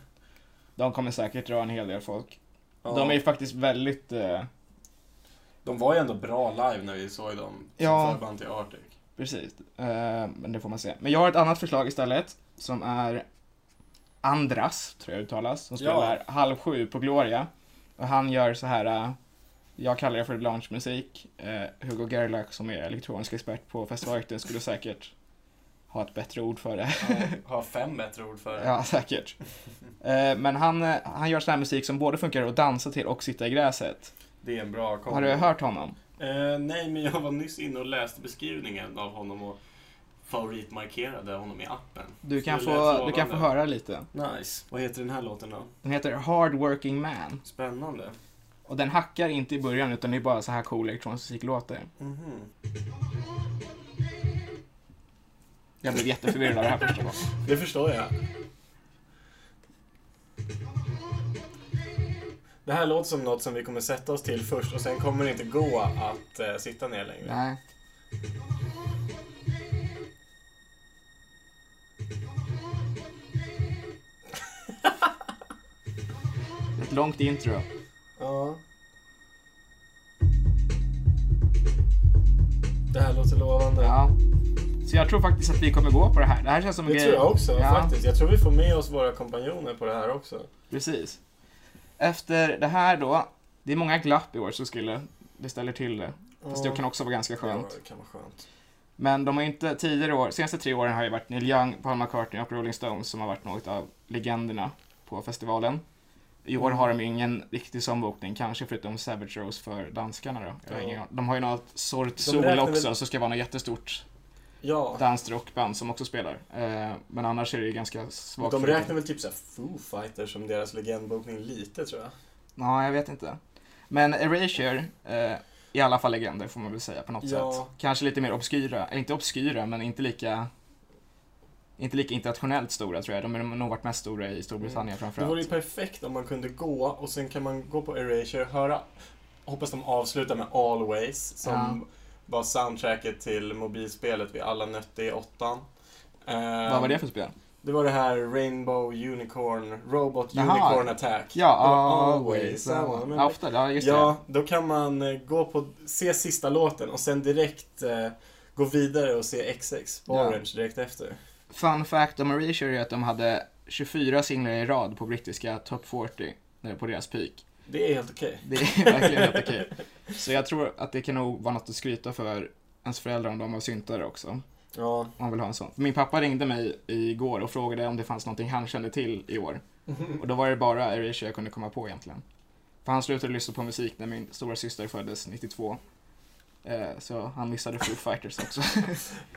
de kommer säkert dra en hel del folk. Ja. De är ju faktiskt väldigt... Eh, De var ju ändå bra live när vi såg dem som Ja. förband till Arctic. Precis, Eh, men det får man se. Men jag har ett annat förslag istället som är Andras, tror jag uttalas, som Ja. spelar Halv sju på Gloria. Och han gör så här, eh, jag kallar det för loungemusik. Eh, Hugo Gerlach som är elektronisk expert på festivalakten skulle säkert ha ett bättre ord för det. Ja, har fem bättre ord för det. ja, säkert. Eh, men han, eh, han gör sån här musik som både funkar att dansa till och sitta i gräset. Det är en bra kombo. Har du hört honom? Eh, nej, men jag var nyss inne och läste beskrivningen av honom och favoritmarkerade honom i appen. Du kan, Det lät få, du kan få lovande. höra lite. Nice. Vad heter den här låten då? Den heter Hard Working Man. Spännande. Och den hackar inte i början utan det är bara så här cool elektronisk musik låter. Mhm. Jag blev jätteförvirrad av det här första gången. Det förstår jag. Det här låter som något som vi kommer sätta oss till först och sen kommer det inte gå att eh, sitta ner längre. Nej. Ett långt intro. Ja. Det här låter lovande. Ja. Så jag tror faktiskt att vi kommer gå på det här. Det här känns som en Det grej. tror jag också ja, faktiskt. Jag tror vi får med oss våra kompanjoner på det här också. Precis. Efter det här då. Det är många glapp i år så skulle det ställer till det. Fast det kan också vara ganska skönt. Ja, det kan vara skönt. Men de har inte tidigare år, senaste tre åren har ju varit Neil Young, Paul McCartney och Rolling Stones som har varit något av legenderna på festivalen. I år har de ju ingen riktig sångbokning, kanske förutom Savage Rose för danskarna då. Jag har Ja. ingen aning. De har ju något sort sol räknar också, väl- så ska vara något jättestort Ja, danskt rockband som också spelar. Eh, Men annars är det ju ganska svagt. de förutom- räknar väl typ så här Foo Fighters som deras legendbokning lite tror jag. Ja, jag vet inte. Men Erasure, eh, i alla fall legender får man väl säga på något Ja. sätt. Kanske lite mer obskyra, eller inte obskyra men inte lika inte lika internationellt stora tror jag. De har nog varit mest stora i Storbritannien Mm. Det vore ju framförallt. perfekt om man kunde gå och sen kan man gå på Erasure, höra, hoppas de avslutar med Always som var soundtracket till mobilspelet vi alla nötte i åttan. Eh, Vad var det för spel? Det var det här Rainbow Unicorn, Robot Jaha. Unicorn Attack. Ja, Och Always. I wanna Ja, ofta, ja just ja, då kan man eh, gå på, se sista låten och sen direkt eh, gå vidare och se XX på Ja. Orange direkt efter. det. Fun fact om Erasure är att de hade 24 singlar i rad på brittiska Top 40 eh, på deras peak. Det är helt okej. Det är verkligen helt okej. Så jag tror att det kan nog vara något att skryta för ens föräldrar om de har syntare också. Om Ja. man vill ha en sån. Min pappa ringde mig igår och frågade om det fanns någonting han kände till i år. Och då var det bara Erasure jag kunde komma på egentligen. För han slutade lyssna på musik när min stora syster föddes 92. Eh, Så han missade Foo Fighters också.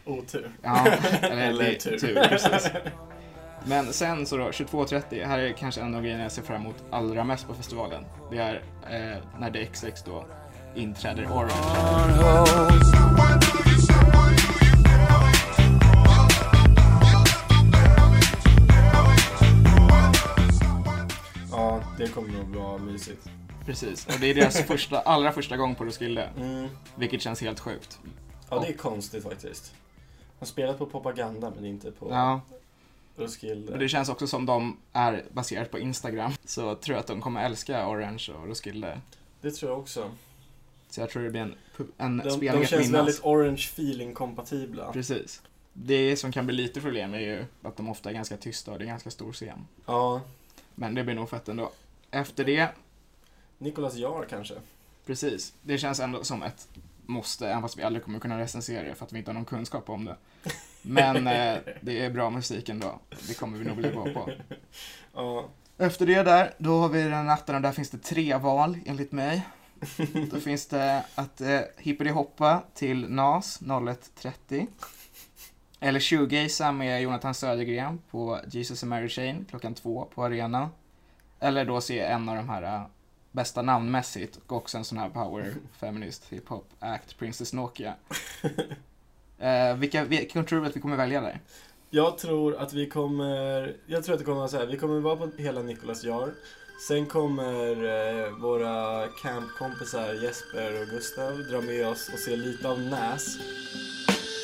Otur. Ja, eller, Eller det, tur. tur. precis. Men sen så då, 22.30, här är kanske en av grejerna jag ser fram emot allra mest på festivalen. Det är eh, när DXX då inträder Orange. Ah. Ja, det kommer nog vara mysigt. Precis, och det är deras första, allra första gång på Roskilde, Mm. vilket känns helt sjukt. Ja, det är konstigt faktiskt. De har spelat på propaganda men inte på Ja, och det Roskilde. känns också som de är baserat på Instagram, så jag tror att de kommer älska Orange och Roskilde. Det tror jag också. Så jag tror det blir en, pu- en De, spelning de att känns minnas. väldigt orange feeling kompatibla. Precis. Det som kan bli lite problem är ju att de ofta är ganska tysta och det är ganska stor scen. Ja, Men det blir nog fett ändå. Efter det, Nicolas Jarr kanske. precis. Det känns ändå som ett måste, även fast vi aldrig kommer kunna recensera det för att vi inte har någon kunskap om det. Men eh, det är bra musik ändå. Det kommer vi nog bli bra på. Ja. Efter det där, då har vi den natten och där finns det tre val enligt mig. Då finns det att eh, Hippity Hoppa till NAS 01.30. Eller Shoegaza med Jonathan Södergren på Jesus and Mary Chain klockan två på arenan. Eller då se en av de här eh, bästa namnmässigt och också en sån här power feminist hiphop act, Princess Nokia. Eh, vilka, vilka tror du att vi kommer välja där? Jag tror att vi kommer, jag tror att det kommer vara så här, vi kommer vara på hela Nicolas Jarr. Sen kommer eh, våra campkompisar Jesper och Gustav dra med oss och se lite av Nas.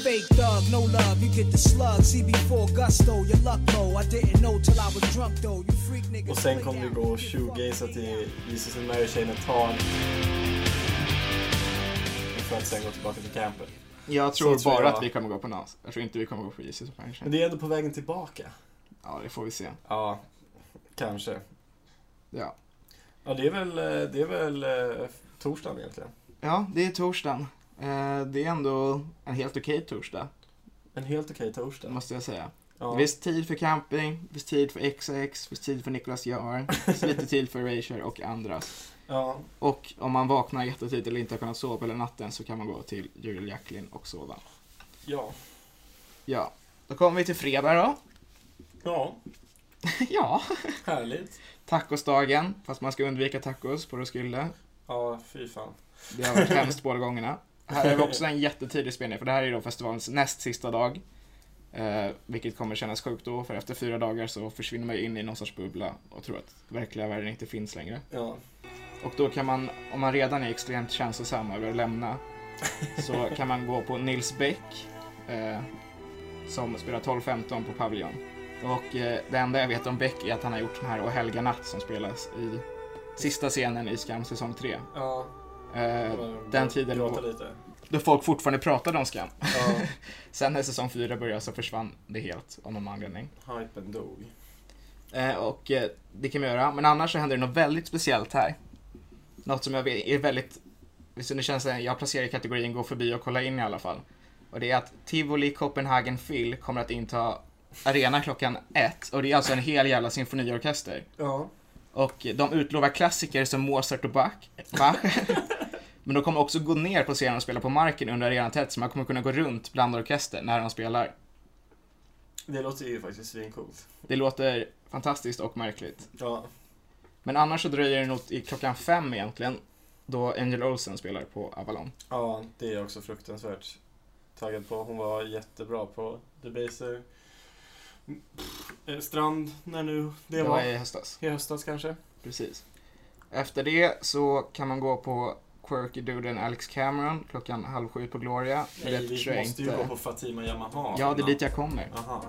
Fake thug, no love, you get the slug. CB4 gusto, your luck low. I didn't know till I was drunk though. You freak niggas. Och sen kommer vi gå och shoegaza till Jesus and Mary Chain ett tag. För att sen gå tillbaka till campen. Jag tror, tror bara jag. att vi kommer gå på NAS. Jag tror inte vi kommer gå på Jesus and Mary Chain. Men det är ändå på vägen tillbaka. Ja, det får vi se. Ja, kanske. Ja, Ja, det är väl, eh, det är väl eh, torsdagen egentligen. ja det är torsdagen. Eh, det är ändå en helt okej torsdag, En helt okej torsdag. måste jag säga. Ja. Det finns tid för camping, det finns tid för XX, det finns tid för Niklas Jarr, det finns lite tid för Erasure och andras. Ja, Och om man vaknar jättetidigt eller inte har kunnat sova på hela natten så kan man gå till Julia Jacklin och sova. ja. Ja, då kommer vi till fredag då. Ja, ja, härligt. tacosdagen, fast man ska undvika tacos på Roskilde. Ja, fy fan. Det har varit hemskt båda gångerna. Här är vi också en jättetidig spelning, för det här är då festivalens näst sista dag. Eh, vilket kommer kännas sjukt då, för efter fyra dagar så försvinner man ju in i någon sorts bubbla och tror att verkliga världen inte finns längre. Ja, Och då kan man, om man redan är extremt känslosam över att lämna, så kan man gå på Nils Bäck, eh, som spelar 12-15 på Pavilion. Och eh, det enda jag vet om Bäck är att han har gjort den här Och helga natt som spelas i sista scenen i Skam säsong 3. ja. Eh, bara den tiden Gråta då- lite. då folk fortfarande pratade om Skam. Ja, Sen när säsong 4 började så försvann det helt av någon anledning. hypen dog. Eh, och eh, det kan man göra, men annars så händer det något väldigt speciellt här. Något som jag vet är väldigt, visst det känns som jag placerar i kategorin gå förbi och kolla in i alla fall. Och det är att Tivoli Copenhagen Phil kommer att inta arena klockan ett och det är alltså en hel jävla symfoniorkester. Ja, Och de utlovar klassiker som Mozart och Bach. Bach. Men de kommer också gå ner på scenen och spela på marken under arenatält så man kommer kunna gå runt bland orkester när de spelar. det låter ju faktiskt svincoolt. Det låter fantastiskt och märkligt. Ja, Men annars så dröjer det nog i klockan fem egentligen då Angel Olsen spelar på Avalon. ja, det är jag också fruktansvärt taggad på. Hon var jättebra på Debaser. Mm, eh, Strand, när nu det Det var var. i höstas. I höstas kanske? Precis. Efter det så kan man gå på Quirky Duden Alex Cameron klockan halv sju på Gloria. Nej, det vi tror jag måste ju gå inte. på Fatima Yamaha. Ja, det är innan. dit jag kommer. Aha.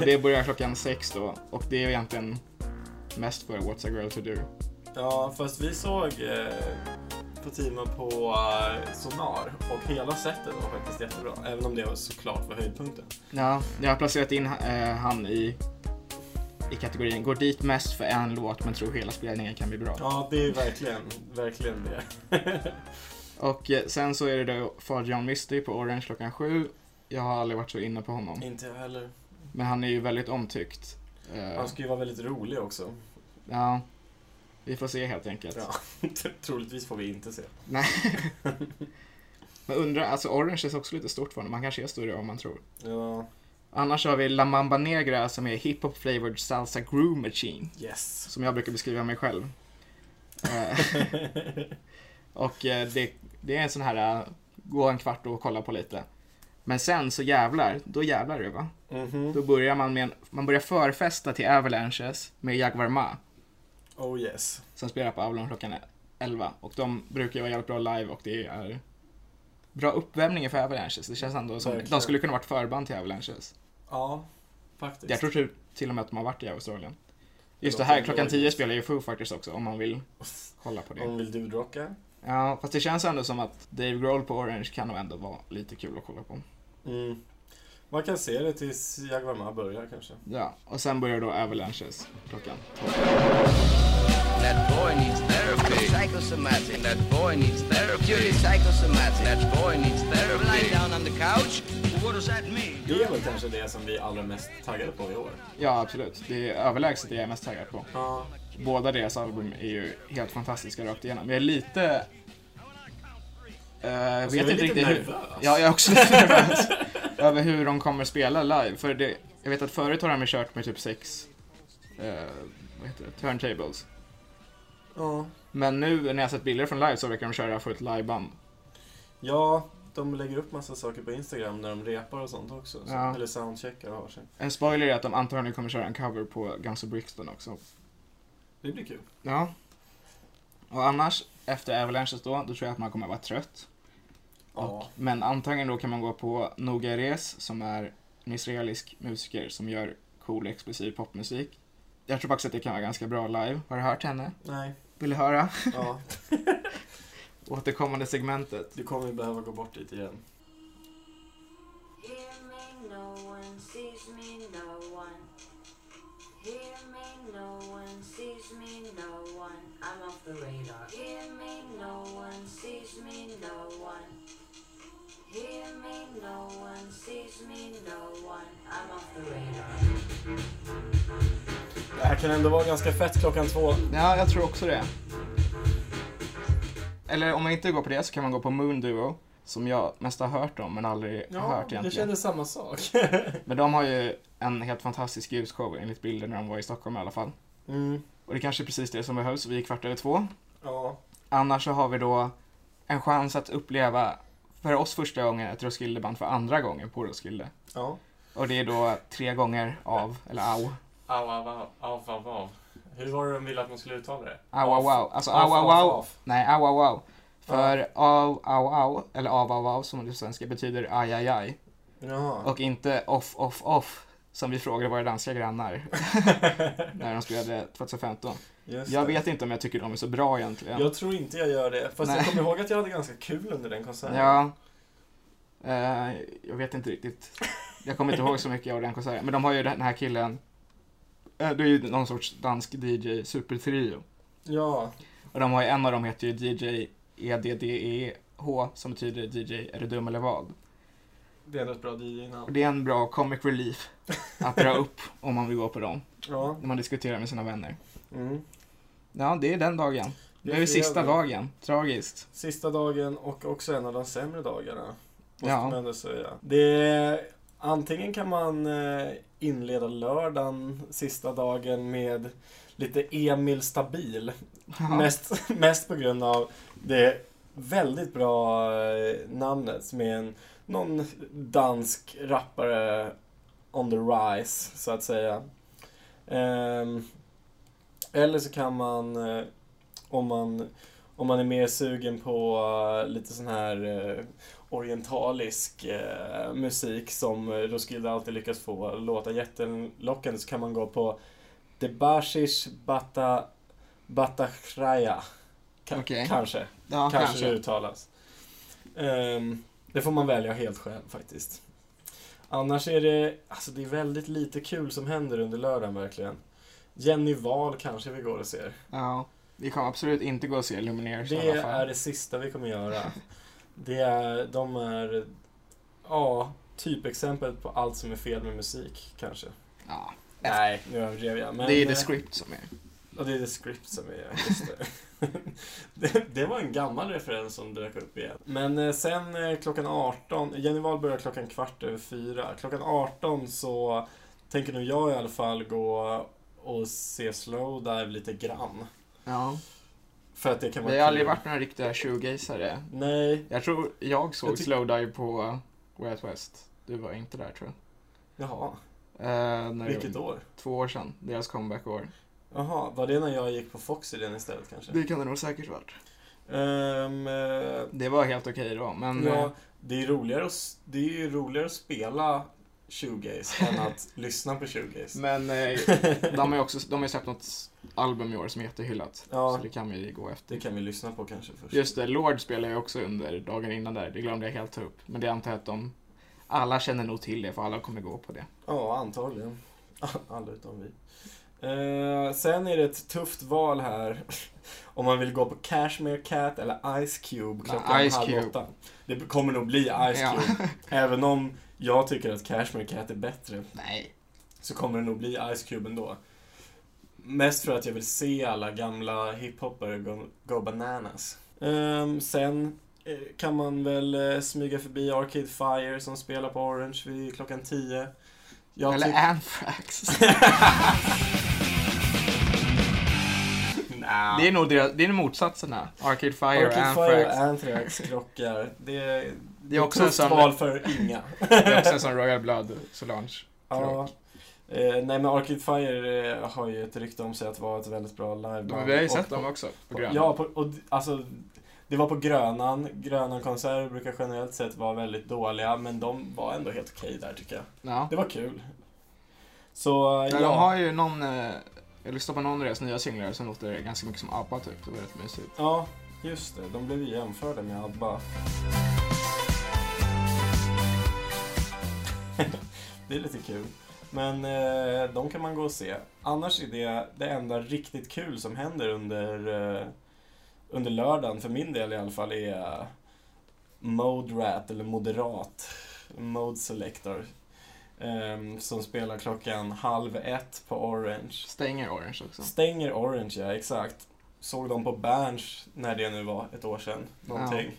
Och det börjar klockan sex då. Och det är egentligen mest för What's a girl to do. Ja, fast vi såg eh, Fatima på eh, Sonar och hela setet var faktiskt jättebra. Även om det var såklart var höjdpunkten. Ja, jag har placerat in eh, han i, i kategorin går dit mest för en låt men tror hela spelningen kan bli bra. Ja, det är verkligen, verkligen det. Och eh, sen så är det då Far John Misty på Orange klockan sju. Jag har aldrig varit så inne på honom. Inte jag heller. Men han är ju väldigt omtyckt. Eh, Han ska ju vara väldigt rolig också. Ja, vi får se helt enkelt. Ja. Troligtvis får vi inte se. Nej. Men undrar, alltså Orange är också lite stort för honom. Han kanske är större om man tror. Ja, Annars har vi La Mamba Negra som är hiphop flavored salsa groove machine. yes. Som jag brukar beskriva mig själv. Eh, och eh, det, det är en sån här, eh, gå en kvart och kolla på lite. Men sen så jävlar, då jävlar det va. Mhm. Då börjar man med en, man börjar förfesta till Avalanches med Jaguar Ma. Oh yes. Som spelar på Avalon klockan 11. Och de brukar ju vara jävligt bra live och det är bra uppvärmning inför Avalanches. Det känns ändå som Verkligen. de skulle kunna varit förband till Avalanches. Ja, faktiskt. Jag tror till- till och med att de har varit i Australien. Just Det det här, låter klockan logiskt. 10 spelar ju Foo Fighters också om man vill kolla på det. Om vill du rocka? Ja, fast det känns ändå som att Dave Grohl på Orange kan nog ändå vara lite kul att kolla på. Mm. Man kan se det tills Jaguar Ma börjar kanske. Ja, och sen börjar då Avalanches klockan 12. That boy needs therapy. Psychosomatic. That boy needs therapy. You're psychosomatic. That boy needs therapy. Lie down on the couch. What does that mean? Det är väl kanske det som vi är allra mest taggade på i år. Ja, absolut. Det är överlägset det jag är mest taggad på. Ja. Båda deras album är ju helt fantastiska rakt igenom. Jag är lite... Eh, vet Alltså, jag är inte lite riktigt hur... nervös. Ja, jag är också lite nervös. över hur de kommer spela live. För det, jag vet att förut har de ju kört med typ sex... eh, vad heter det? Turntables. Ja. Men nu när jag sett bilder från live så verkar de köra fullt liveband. Ja, de lägger upp massa saker på Instagram när de repar och sånt också. Så, Ja. Eller soundcheckar och har sig. En spoiler är att de antagligen kommer köra en cover på Guns N' Brixton också. Det blir kul. Ja. Och annars, efter Avalanches då, då tror jag att man kommer vara trött. Och, Ja. men antagligen då kan man gå på Nogares som är en israelisk musiker som gör cool explosiv popmusik. Jag tror faktiskt att det kan vara ganska bra live. Har du hört henne? Nej. Vill du höra? Ja. Återkommande segmentet. Du kommer ju behöva gå bort dit igen. Hear me, no one sees me, no one. Hear me, no one sees me, no one. I'm off the radar. Hear me, no one sees me, no one. Hear me, no one sees me, no one. I'm off the radar. Det här kan ändå vara ganska fett klockan två. Ja, jag tror också det. Eller om man inte går på det så kan man gå på Moon Duo som jag mest har hört om men aldrig har hört egentligen. jag känner samma sak. Men de har ju en helt fantastisk ljusshow enligt bilder när de var i Stockholm i alla fall. mm. Och det kanske är precis det som behövs, vi är kvart över två. Ja. Annars så har vi då en chans att uppleva, för oss första gången, ett Roskildeband för andra gången på Roskilde. Ja. Och det är då tre gånger av, eller au, Au, au, au, au, au, au. Hur var det de ville att man skulle uttala det? au, au, au. Alltså Av, au, au, av, au. av. Nej, au, au, au. För av, au, au, eller av, au, au som det på svenska betyder aj, aj, aj. Ja. Och inte off, off, off, som vi frågade våra danska grannar när de spelade 2015. Just Jag det. vet inte om jag tycker de är så bra egentligen. Jag tror inte jag gör det. Fast Nej. jag kommer ihåg att jag hade ganska kul under den konserten. Ja. Eh, jag vet inte riktigt. Jag kommer inte ihåg så mycket av den konserten. Men de har ju den här killen. eh, det är ju någon sorts dansk DJ, supertrio. Ja. Och de har ju en av dem heter ju E DJ EDDEH som betyder DJ är du dum eller vad. Det är ändå ett bra Och DJ-namn. det är en bra comic relief att dra upp om man vill gå på dem. Ja. När man diskuterar med sina vänner. Mm. Ja, det är den dagen. Det är ju sista dagen. Tragiskt. Sista dagen och också en av de sämre dagarna. Måste Ja. man ändå säga. Det, antingen kan man eh, inleda lördagen, sista dagen, med lite Emil Stabil. Mest, mest på grund av det väldigt bra eh, namnet som är en, någon dansk rappare on the rise, så att säga. Ehm, eller så kan man, eh, om man Om man är mer sugen på eh, lite sån här eh, orientalisk eh, musik som eh, Roskilde alltid lyckas få låta jättelockande så kan man gå på Debashish Bata Batashraya. Ka- Okej. Kanske. Ja, kanske, det uttalas. Ehm, det får man välja helt själv faktiskt. Annars är det, alltså det är väldigt lite kul som händer under lördagen verkligen. Jenny Wahl kanske vi går och ser. Ja. Vi kommer absolut inte gå och se Lumineers i Det alla fall. är det sista vi kommer göra. Det är, de är, ja, typexempel på allt som är fel med musik kanske. Ja. Nej, nu överdrev jag. Men, det är eh, The Script som är. Och det är The Script som är, just det. det. Det var en gammal referens som dök upp igen. Men eh, sen eh, klockan 18, Jenny Wahl börjar klockan kvart över fyra. Klockan 18 så tänker nog jag i alla fall gå och se Slowdive lite grann. Ja. För att det kan vara Vi har aldrig kul. varit några riktiga shoegazeare. Nej, Jag tror jag såg Jag ty- Slowdive på Way Out West. Du var inte där tror jag. jaha. Eh, när Vilket det, år? Två år sedan, deras comeback-år. Jaha, var det när jag gick på Fox i den istället kanske? Det kan det nog säkert varit. Ehm, eh, Det var helt okej då, men... eh, Ja, det är, roligare att, s- det är ju roligare att spela shoegaze än att lyssna på shoegaze. Men eh, de har ju också de har ju släppt något album i år som är jättehyllat. Ja. Så det kan vi gå efter. Det kan vi lyssna på kanske först. Just det, Lord spelar jag också under dagen innan där. Det glömde jag helt ta upp. Men det antar jag att de... Alla känner nog till det, för alla kommer gå på det. Ja, antagligen. Alla utom vi. Eh, sen är det ett tufft val här. Om man vill gå på Cashmere Cat eller Ice Cube klockan Ice halv Cube. åtta. Det kommer nog bli Ice Ja. Cube. Även om jag tycker att Cashmere Cat är bättre. Nej. så kommer det nog bli Ice Cube ändå. Mest för att jag vill se alla gamla hiphoppare go, go bananas. Ehm, sen eh, kan man väl eh, smyga förbi Arcade Fire som spelar på Orange vid klockan 10. Jag Eller tyck- Anthrax. Nja. Det är nog deras, det är nog motsatserna. Arcade Fire och Arcade Fire och Anthrax. Anthrax krockar. Det är, Det är också en ett tufft sån- val för inga. Det är också en sån Royal Blood Solange. ja. Krock. Eh, nej men Arcade Fire eh, har ju ett rykte om sig att vara ett väldigt bra liveband. Men vi har ju Och sett på- dem också på grön. Ja, på, och d- alltså det var på Grönan. Grönan-konserter brukar generellt sett vara väldigt dåliga, men de var ändå helt okej där tycker jag. Ja. Det var kul. Så Ja, eh, ja, De har ju någon, eh, jag lyssnade på någon av deras nya singlar som låter ganska mycket som ABBA typ. Det var rätt mysigt. ja, just det. De blev ju jämförda med ABBA. det är lite kul. Men eh, de kan man gå och se. Annars är det det enda riktigt kul som händer under, eh, under lördagen, för min del i alla fall, är eh, Mode Rat, eller Moderat, Mode Selector, ehm, som spelar klockan halv ett på Orange. Stänger Orange också. Stänger Orange, ja exakt. Såg dem på Berns när det nu var, ett år sedan. Någonting.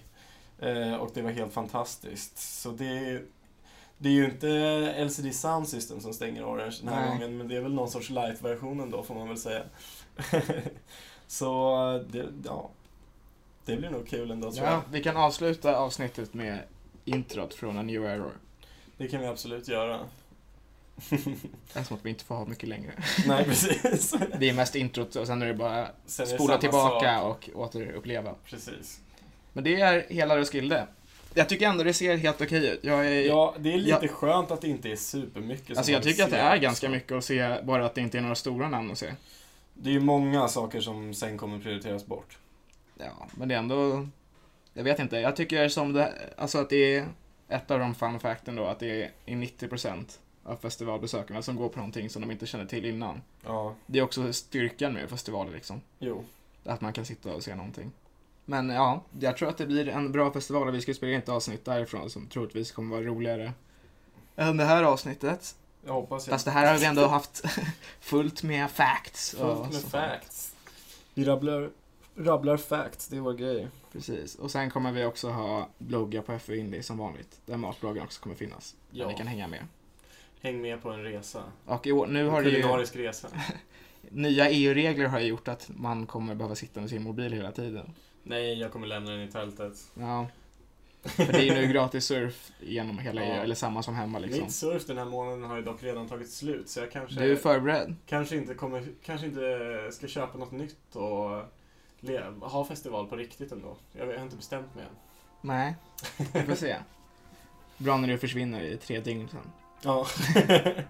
Eh, och det var helt fantastiskt. Så det, det är ju inte LCD Sound System som stänger Orange den här Nej. gången, men det är väl någon sorts light-versionen då får man väl säga. Så det, ja. Det blir nog kul ändå tror jag. Ja, vi kan avsluta avsnittet med introt från A New Error. Det kan vi absolut göra. Eftersom att vi inte får ha mycket längre. Nej, precis. Sen Det är mest introt och sen är det bara är det spola samma tillbaka sak. och återuppleva. Precis. Men det är hela Roskilde. Jag tycker ändå det ser helt okej ut. Jag är... Ja, det är lite Eh, Ja. skönt att det inte är supermycket som Alltså jag man tycker att det ser är också. ganska mycket att se, bara att det inte är några stora namn att se. Det är ju många saker som sen kommer prioriteras bort. Ja, men det är ändå... Jag vet inte, jag tycker som det... Alltså att det är ett av de fun facten då, att det är 90% av festivalbesökarna som går på någonting som de inte känner till innan. Ja, Det är också styrkan med festivaler liksom, jo. att man kan sitta och se någonting. Men ja, jag tror att det blir en bra festival och vi ska spela in ett avsnitt därifrån som troligtvis kommer vara roligare än det här avsnittet. Jag hoppas jag. Typ. Fast det här har vi ändå haft fullt med facts. och Fullt med sånt. facts. Vi rabblar, rabblar facts, det är vår grej. Precis, och sen kommer vi också ha bloggar på FU Indie som vanligt, där matbloggen också kommer finnas. Ja. Ja. Ni kan hänga med. Häng med på en resa. Och i år, nu har En det ju, kulinarisk resa. nya EU-regler har ju gjort att man kommer behöva sitta med sin mobil hela tiden. Nej, jag kommer lämna den i tältet. Ja. För det är ju nu gratis surf genom hela Ja. EU, eller samma som hemma liksom. Mitt surf den här månaden har ju dock redan tagit slut, så jag kanske, Du är förberedd. kanske, inte, kommer, kanske inte ska köpa något nytt och le- ha festival på riktigt ändå. Jag, vet- jag har inte bestämt mig än. Nej, vi får se. Bra när du försvinner i tre dygn sen. Ja,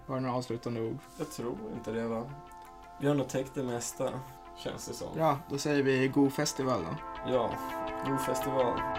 Har du några avslutande ord? jag tror inte det va. Vi har nog täckt det mesta, känns det som. Bra, då säger vi god festival då. Ja, god festival.